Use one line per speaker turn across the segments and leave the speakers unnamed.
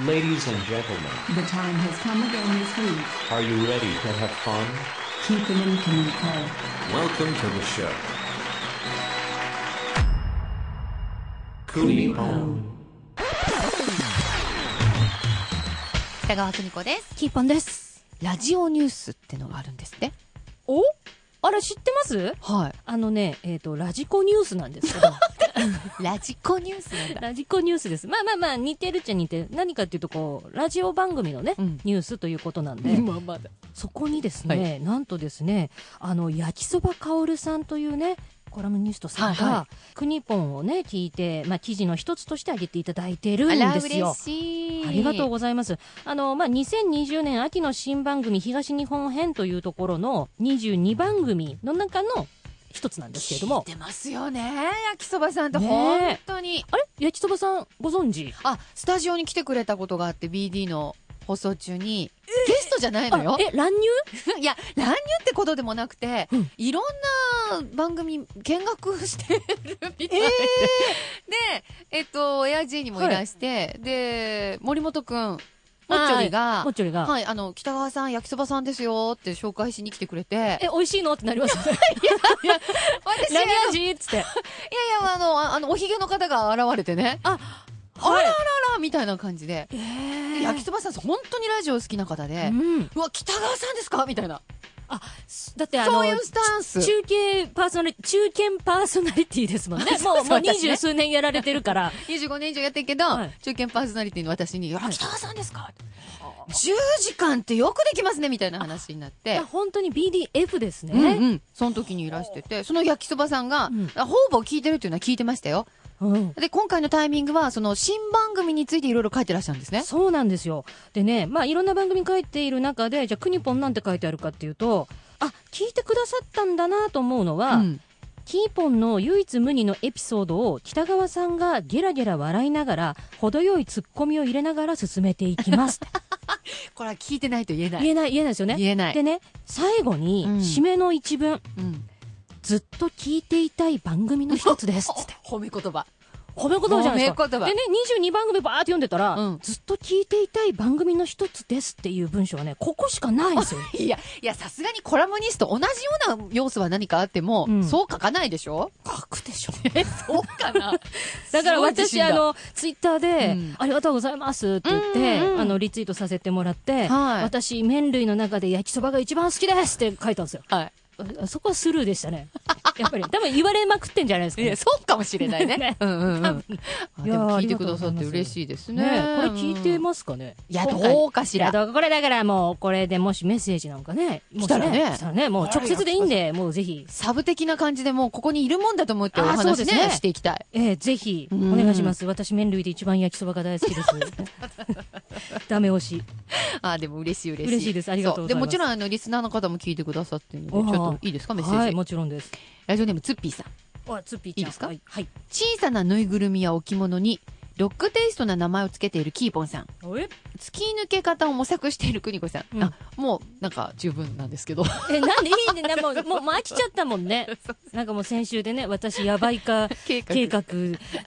Ladies and gentlemen,
The time has come again this week.
are you ready to have fun?
Keep it in Kamiko.
Welcome to the show.
Kuni
Home.
北川邦子です
キーパンです。
ラジオニュースってのがあるんですって
おあれ知ってます
は
あのね、えっ、と、ラジコニュースなんです けど、
いラジコニュースなんだ
ラジコニュースです。まあまあまあ、似てるっちゃ似てる。何かっていうと、こう、ラジオ番組のね、
うん
ニュースということなんで、
今まだ
そこにですね、
は
なんとですね、あの、焼きそばかおるさんというね、コラムニストさんが、
はいは
クニポンをね、聞いて、まあ、記事の一つとして挙げていただいてるん
あら
ですよ
嬉。しい
ありがとう
ご
ございます。あの、まあ、2020年秋の新番組東日本編というところの22番組の中の一つなんですけれども、
出ますよね焼きそばさんって
ねえ
本当に、
あれ焼きそばさんご存知
あスタジオに来てくれたことがあって BD の放送中に、ゲストじゃないの
あ
よ
え、乱入
いや乱入ってことでもなくて、
うん
いろんな番組見学してるみたいで、でえっとエアジーにもいらして、で森本くんもっちょりが
もっちょりが、
はい、あの、北川さん、焼きそばさんですよって紹介しに来てくれて。
え、美味しいのってな りますよね。
私
何
い
味っつって。
やいや、あの、ああの、おひげの方が現れてね。あ、あららら、みたいな感じで。
え
で焼きそばさん、本当にラジオ好きな方で。
うん。
うわ、北川さんですかみたいな。
だってあの、
そういうスタンス。
中継パーソナリ、中堅パーソナリティです もんね。もう、もう二十数年やられてるから。
25年以上やってるけど、
はい
中堅パーソナリティの私に、いや
い
北川さんですか ?10 時間ってよくできますねみたいな話になっ
い
て
や、。本当に BDF ですね。
うんうん。その時にいらしてて、その焼きそばさんが、
うん
あほぼ聞いてるっていうのは聞いてましたよ。
うん
で、今回のタイミングは、その新番組についていろいろ書いてらっしゃるんですね。
そうなんですよ。でね、まあいろんな番組書いている中で、じゃあクニポンなんて書いてあるかっていうと、あ、聞いてくださったんだなと思うのは、
うん
キーポンの唯一無二のエピソードを北川さんがゲラゲラ笑いながら、程よいツッコミを入れながら進めていきます。
これは聞いてないと言えない。
言えない、言えないですよね。
言えない
でね、最後に、
うん
締めの一文、
うん
ずっと聞いていたい番組の一つです。つって。
褒め言葉。
褒め言葉じゃないですか。
褒め言葉
でね、22番組バーって読んでたら、
うん
ずっと聞いていたい番組の一つですっていう文章はね、ここしかないんですよ。
いや、いや、さすがにコラムニスト、同じような要素は何かあっても、
うん
そう書かないでしょ
書くでしょ。
え、そうかな
だから
すごい自信
私、
だ
あの、ツイッターで、
うん
ありがとうございますって言って、
うんうん
あの、リツイートさせてもらって、
はい
私、麺類の中で焼きそばが一番好きですって書いたんですよ。
は
あそこはスルーでし たね。やっぱり、多分言われまくってんじゃないですか
い。い
ね、
や、そうかもしれないね
ね。
うんうんうん。あでも聞いてくださって
いやーありがとうございます
嬉しいですね。
ねこれ聞いてますかね
いや、
今回
どうかし
い
ら。
やだからこれだからもう、これでもしメッセージなんかね、もし
来たらね
来たらね、もう直接でいいんで、もうぜひ、
サブ的な感じでもうここにいるもんだと思ってお
あそう
話
です
ね、
ね
していきたい。
えーぜひ、お
うん
願いします。私、麺類で一番焼きそばが大好き です。ダメ押し。
あーでも嬉しい嬉しい。
嬉しいですありがとうございます
そで、もちろんあの、リスナーの方も聞いてくださってるので、
おー
ちょっといいですか、メッセージ。
はい、もちろんです。
ラジオネームツッピーさん。
あ、ツッピーちゃん。
いいですか
はい。はい。
小さなぬいぐるみや置物に、ロックテイストな名前をつけているキーポンさん。
え、
突き抜け方を模索している邦子さん。
うん
あ、もう、なんか、十分なんですけど。
えなんでいいね。なもう、もうもう飽きちゃったもんね。なんかもう先週でね、私やばい か
計
計画、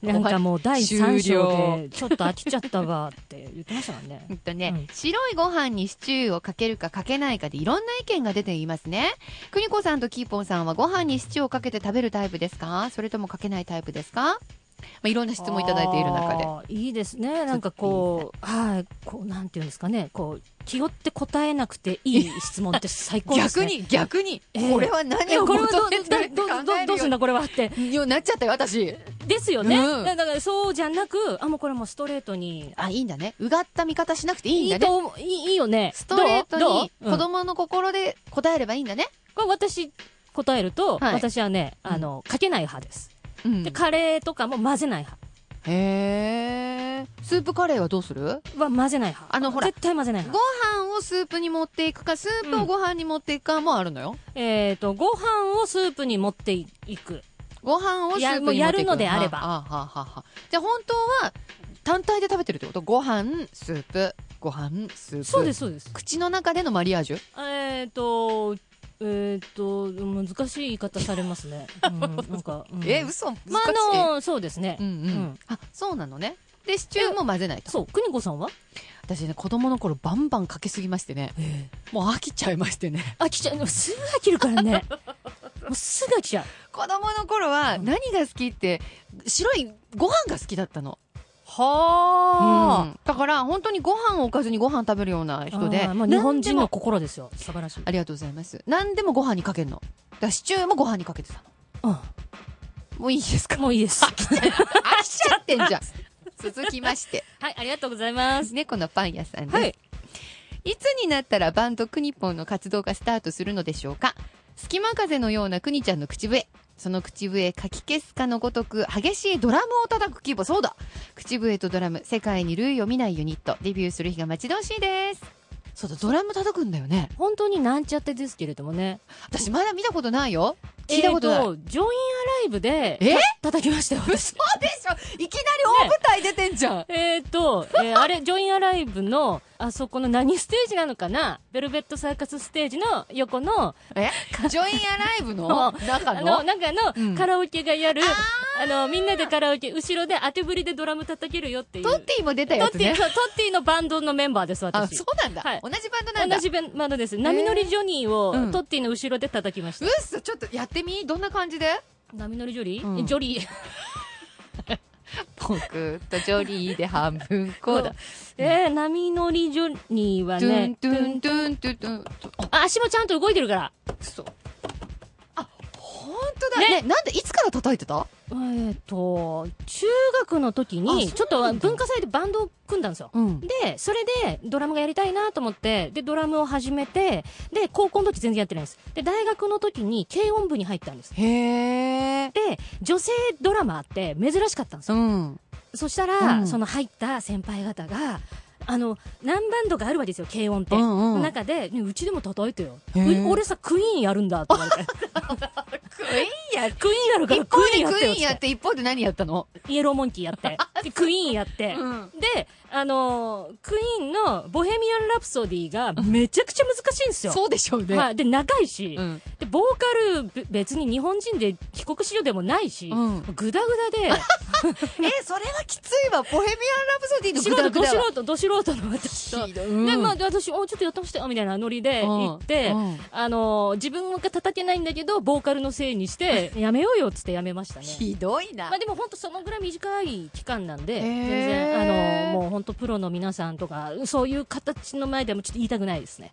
なんかもう第3章で、ちょっと飽きちゃったわって言ってましたからね
う。んとね、
うん
白いご飯にシチューをかけるかかけないかでいろんな意見が出ていますね。邦子さんとキーポンさんはご飯にシチューをかけて食べるタイプですかそれともかけないタイプですかまあ、いろんな質問いただいている中で。
あーいいですね。なんかこう、はい、こう、なんていうんですかね、こう、気負って答えなくていい質問って最高です
逆
ね。
に、逆に、
ええ
これは何
え、
を
これは
求
どう、
めてるって
ど
考
う、どう、
え
どうす
る
ん
よ
だ、これはって。
うようになっちゃったよ、私。
ですよね。
うん
だから、そうじゃなく、あ、もうこれはもうストレートに。
あ、いいんだね。うがった見方しなくていいん
い
だ
い
ね。
と思う、いい、いいよね。
ストレート
どう
に
どう
子
うん
供の心で答えればいいんだね。
これ私、答えると、
はい
私はね、あの、かけない派です。
うん
で、カレーとかも混ぜない派。
へえ。スープカレーはどうする
は混ぜない派。
あのほら
絶対混ぜない
ご
派。
飯をスープに持っていくか、スープをご飯に持っていくかもあるのよ。
えっ、と、ご飯をスープに持っていく。
ご飯をスープに持っていく
いやもうやるのであれば
ははははじゃあ本当は単体で食べてるってことご飯、スープ、ご飯、スープ。
そうです、。そうです。
口の中でのマリアージュ
えっ、と、えっ、と、難しい言い方されます ね。うん、なんか、うん
え、嘘難しい。
まあ、あの、そうですね。
うんうん
うん
あ、そうなのね。で、シチューも混ぜないと。
そう、邦子さんは
私ね、子供の頃バンバンかけすぎましてね、もう飽きちゃいましてね。
飽きちゃう。でもすぐ飽きるからね。もうすぐ飽きちゃう。
子供の頃は
うん
何が好きって、白いご飯が好きだったの。う
は
んだから本当にご飯をおかずにご飯食べるような人で、
もう日本
何で
人
も
の心ですよ。素晴らしい。
ありがとうございます。何でもご飯にかけるの。だからシチューもご飯にかけてたの。
う
もういいですか
ん。もういいです。
飽きちゃう。飽きちゃってんじゃ ん。続きまして。
はい、ありがとうございま。
ですすね、このパン屋さんです。
はい
い。つになったらバンドクニポンの活動がスタートするのでしょうか隙間風のようなクニちゃんの口笛。その口笛、かき消すかのごとく、激しいドラムを叩く規模、そうだ口笛とドラム、世界に類を見ないユニット、デビューする日が待ち遠しいです。そうだ、ドラム叩くんだよね。
本当になんちゃってですけれどもね。
私まだ見たことないよ。聞いたことない。
えージョインアライブで、
え
叩きましたよ、私。
でしょいきなり大舞台出てんじゃん、
えーと、えーあれ、ジョインアライブの、あそこの何ステージなのかなベルベットサーカスステージの横の、
えジョインアライブ の中
あ
の
の、中
うん
のカラオケがやる、あの、みんなでカラオケ、後ろで当てぶりでドラム叩けるよっていう。
トッティも出た
ト
や
ッ
つ
ティ、
ね。
そうトッティのバンドのメンバーです、
あ、
私。
そうなんだ。
はい
同じバンドなんだ。
同じバンドです。波乗りジョニーを、
うん
トッティの後ろで叩きました
うっ。そ、ちょっとやってみどんな感じで
波乗りジョリー、
うん
ジョリー。
僕とジョリーで半分こうだ。
えー、波乗りジョニーは
トゥン
ね、
トゥントゥントゥントゥン。
あ足もちゃんと動いてるから。
そう。あ、ほんとだ。ね、なんで、いつから叩いてた
えー、と、中学の
あ
時
そうなん
に、
だ
ちょっと文化祭でバンドを組んだんですよ。
うん。
で、それで、ドラムがやりたいなと思って、で、ドラムを始めて、で、高校の時全然やってないんです。で、大学の時に軽音部に入ったんです。
へー。
で、女性ドラマーって珍しかったんですよ。
ん。
そしたら、
うん
その入った先輩方が、あの、何バンドかあるわけですよ、軽音って。
うんうん
中で、ねうちでも叩いてよ。
へー
う俺さ、クイーンやるんだって言われて。
クイーンやっ
クイーンやるから
一
ク
方
イ
で
ーンやっ
ク
て
イ
よ
ー
っ
ンや
つっ。
ってて、一方で何やったの
イエローモンキーや って。でクイーンやって。
ん。
で、あのークイーンのボヘミアン・ラプソディがめちゃくちゃ難しいんですよ。
そうでしょうね。
はい、で、長いし、
うん。
で、ボーカルべ、別に日本人で帰国子女でもないし、
うん
グダグダで、
え、それはきついわ。ボヘミアン・ラプソディの
素
グダ
人、
グ
ど
ダは
素人、ど素人の私と、
ひどい
で、
うん
まあ、で私、おちょっとやってましたよ、みたいなノリで
うん
行って、
うん
あのー自分が叩けないんだけど、ボーカルのせいにして、やめようよっつってやめましたね。
ひどいな
まあ。でも本当そのぐらい短い期間なんで、
へー
全然、あの、もう本当プロの皆さんとか、そういう形の前でもちょっと言いたくないで すね。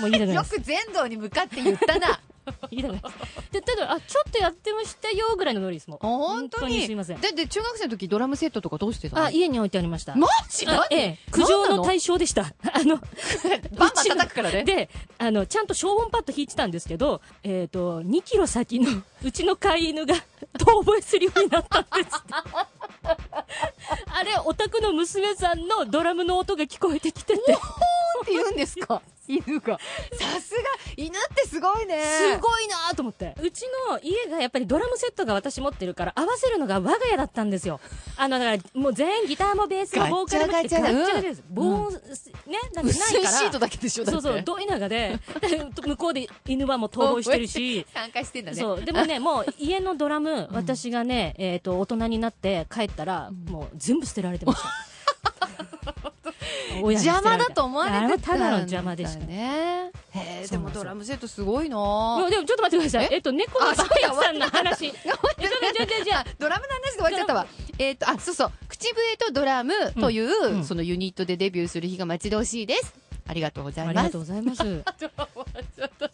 もう言いたくない
よ
です。
く全道に向かって言った な。
言いたくないです。で、ただ、あ、ちょっとやってましたよぐらいのノリですもん。
本当に
すいません。
だって中学生の時ドラムセットとかどうしてたの
あ、家に置いてありました。
マジ
あ
な
ええ、苦情の
対
対象でした。 あの、
バンバン叩くからね。
で、あの、ちゃんと消音パッド引いてたんですけど、えっ、と、2キロ先の うちの飼い犬が遠吠えするようになったんです って。あれ、お宅の娘さんのドラムの音が聞こえてきてて、
って言うんですか犬が。さすが、犬ってすごいね。
すごいなと思って。うちの家がやっぱりドラムセットが私持ってるから、合わせるのが我が家だったんですよ。あの、だから、もう全員ギターもベースもボーカルも
ガチャガチャだ
ガチャガチャです。
うん
防音、ね、なんてない
薄
か
い
ら。
シートだけでしょだ
そうそう、どいな がで、で向こうで犬はもう逃亡してるし、
参加してんだね。
そう。でもね、もう家のドラム、私がね、えっ、と、大人になって帰ったら、もう全部捨てられてま した。親に捨
邪魔
てられた
だと思われてた
あれはただの邪魔でしか。
ね。へえ、
そ
で
うなん
も
ですよ
ドラムセットすごいな
もうでもちょっと待ってください。えっと、猫の
あそう
パ
だ
ン屋さんの話。え、ちょっと待って、じゃあじゃあ
ドラムの話で終わっちゃったわ。えっと、あ、そうそう。口笛とドラムというう、
ん
そのユニットでデビューする日が待ち遠しいです。ありがとうござ
あ
い
りが
ます
とう。ございます。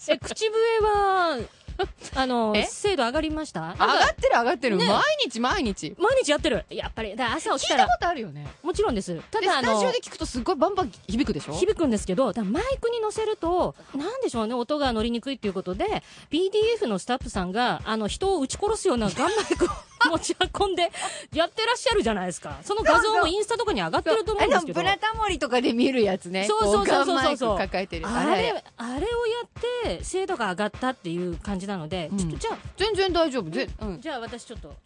え、口笛は、 あの
え、
精度上がりました
上がってる上がってる。
ね
毎日毎日。
毎日やってる。やっぱり、だから朝起き
聞
た
いた
ら
こ、とあるよね。
もちろんです。た
で、
だ、あ
スタ
の
ジオ、で聞くとすっごいバンバン響くでしょ
響くんですけど、だからマイクに乗せると、なんでしょうね、音が乗りにくいっていうことで、BDF のスタッフさんが、あの、人を撃ち殺すようなガンマイクを持ち運んで、やってらっしゃるじゃないですか。その画像もインスタとかに上がってると思うんですけど。
あのブラタモリとかで見るやつね。
そうそうそうそうそう
こガンマイク抱えてる。
あ
あれ
れ、あれをやって、精度が上がったっていう感じなので、
うん
ちょっとじゃあ、
全然大丈夫。ぜうん。
じゃあ私ちょっと、はい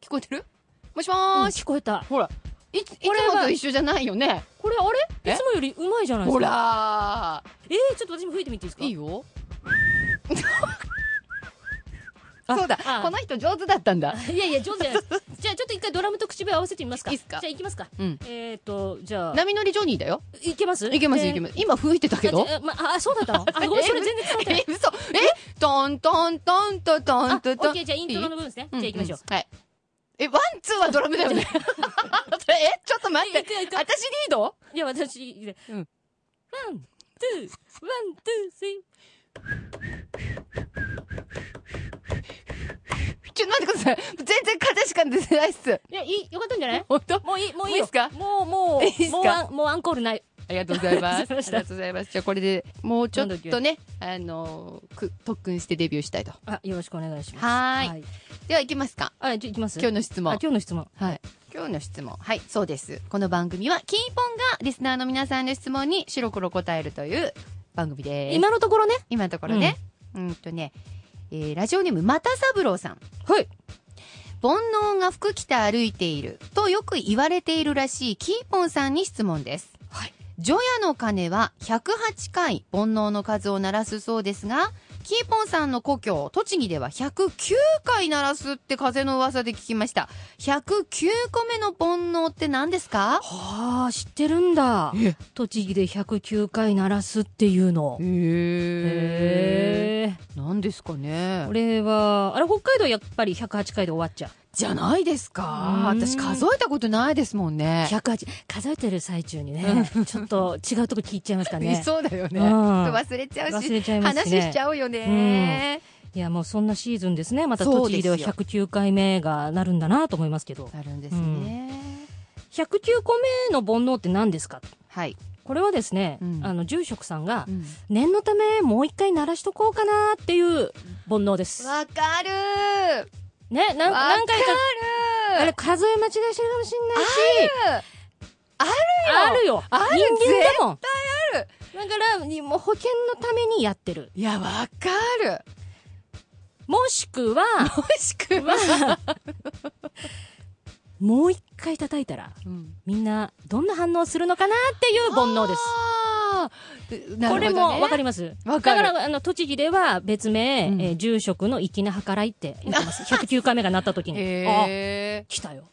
聞こえてるもしもーし。
聞こえた。
ほら。いつ、いつ
これは
もと一緒じゃないよね。
これあれ
え
いつもよりうまいじゃないで
ほ
す
ら
か。えー、ちょっと私も吹いてみていいですか
ー。いいよ。そうだ
あ
この人上手だったんだ
いやいや、上手 じゃないですじゃあ、ちょっと一回ドラムと口笛合わせてみますか。
いいっすか
じゃあ、行きますか。
うん
えっ、ー、と、じゃあ、
波乗りジョニーだよ
いけます
いけます
で
いけます今吹いてたけど
あじゃあまあ、あそうだった のあ、ごめん、それ全然伝わってない
え。嘘えトントントントント
あ、オ
ントント
ッ
ン
ケー、じゃあ、イントロの部分ですね。じゃあ、行きましょう。
んんはいえワンツーはドラムだよ ねそれえちょっと待って
いくよいくよ
私リード
いや、私、ワン、ツ
う
ー、ワン
ん、
ツー、スリー。
ちょっと待ってください全然肩しか出てないっす
いや、いい、よかったんじゃない
本当
もういい、もういい
いい
よ
っすか
もう、もう、
いいっすか
もうアン、もうアンコールない。
ありがとうございます。
あ
あ
りがとうご
り
ざいました
がとうございます。じゃあこれでもうちょっとね、あのーく特訓してデビューしたいと。
あ、よろしくお願いします。
はーい
はい。
では行きますか。
あ、じゃあ、行きます
今日の質
あ、
問。
今日の質問。
はい。今日の質問。はい、そうです。この番組はキーポンがリスナーの皆さんの質問に白黒答えるという番組です。今
今のところね。
のところね。うん、とね、えーラジオネームまた三郎さん。
はい。
煩悩が服着て歩いているとよく言われているらしいキーポンさんに質問です。
はい。
除夜の鐘は108回煩悩の数を鳴らすそうですが、キーポンさんの故郷、栃木では109回鳴らすって風の噂で聞きました。109個目の煩悩って何ですか
はあ、知ってるんだ。栃木で109回鳴らすっていうの。
へえ。
へえ。
何ですかね
これは、あれ北海道やっぱり108回で終わっちゃう。
じゃないですか
うん
私数えたことないですもんね。
108、数えてる最中にね、ちょっと違うとこ聞いちゃいます かね。
そうだよね。ち
う
ょ
ん
っと忘れちゃう
忘
し、
れちゃいます
話
しね。
しちゃうよね。
いや、もうそんなシーズンですね。また
そうで
栃木
す
で
よ
は109回目がなるんだなと思いますけど。
なるんですね。
109個目の煩悩って何ですか
はい。
これはですね、
うん
あの、住職さんが
う、ん
念のためもう一回鳴らしとこうかなっていう煩悩です。
わかるー
ね、なん
わ
何回か、あ
あ
れ
る
数え間違いしてるかもしんないし、
ある
あるよ
ある
人間だもん
ある
だから、にもう保険のためにやってる。
いや、わかる
もしくは、
もしくは、
もう一回叩いたら、
うん、
みんなどんな反応するのかなっていう煩悩です。
あーな
こ
る
れ
ほどね
もわかります。
わかる
だから、あの、栃木では別名、
うん
えー住職の粋な計らいって言っ てます。109回目が鳴った時に。あ、
へえ
来たよ。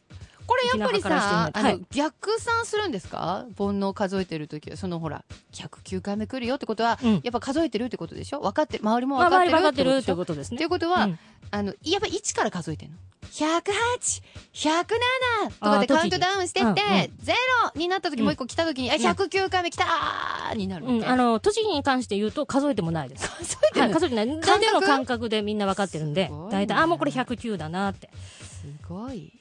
これやっぱり
粋な計らい
さ
してるね
あ
は
の
い
逆算するんですか煩悩数えてる時はそのほら109回目来るよってことは、
うん
やっぱ数えてるってことでしょ分かって周りも
まあ、
分か
わか
っ
って
て
る
る
っ
ってて
こ
こと
です
と
ね。
っていうことは、
うん
あのやっぱ1から数えてるの108107と
あ
か
ー
でカウントダウンしてって、
栃木うんうん
ゼロになった時、もう一個来た時に、あ109回目来たーになるわけ、
うん、あの、栃木に関して言うと数えてもないです。
数えて
は
る
い、
の
数えてない。
覚
大体の感覚でみんな分かってるんで、
すごいね
大体、あ、もうこれ109だなって。
すごい。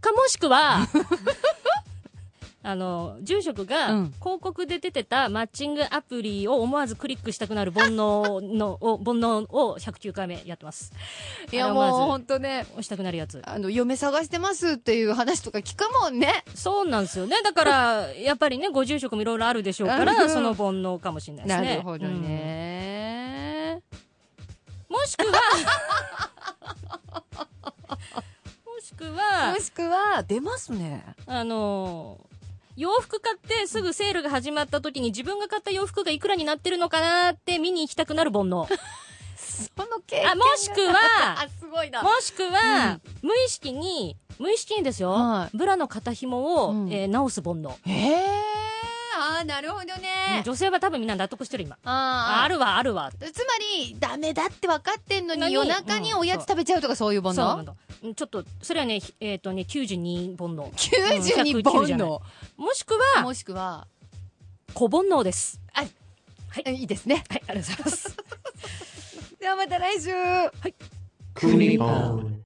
か、もしくは、 あの、住職が
うん
広告で出てたマッチングアプリを思わずクリックしたくなる煩悩の、を煩悩を109回目やってます。
いや
あのまず
もう本当ね、
押したくなるやつ。
あの、嫁探してますっていう話とか聞くもんね。
そうなんですよね。だから、やっぱりね、ご住職もいろいろあるでしょうか
う
ら、
ん
その煩悩かもしれないです
な
ね。
るほどね。
うん。もしくは、もしくは
も、しくは、出ますね。
あのー洋服買ってすぐセールが始まった時に自分が買った洋服がいくらになってるのかなって見に行きたくなる煩悩。
その経験が
あ、もしくは
あ、、すごいな。
もしくは、無意識に、無意識にですよ、
はい
ブラの肩紐を、
うん
えー直す煩悩。
へえー、あーなるほどね。
女性は多分みんな納得してる今。あ
あ
あるわ、あるわ。
ーつまり、ダメだって分かってんの
何
に夜中に
うん
おやつ食べちゃうとかそういうも
そうな
の
のうんちょっと、それはね、ひえっ、とね、92煩悩。
?92
うん
本
109じゃない
の。
もしくは、
もしくは、
小煩悩です。
えいいですね。
はい、ありがとうございます。
ではまた来週。
Kunipon.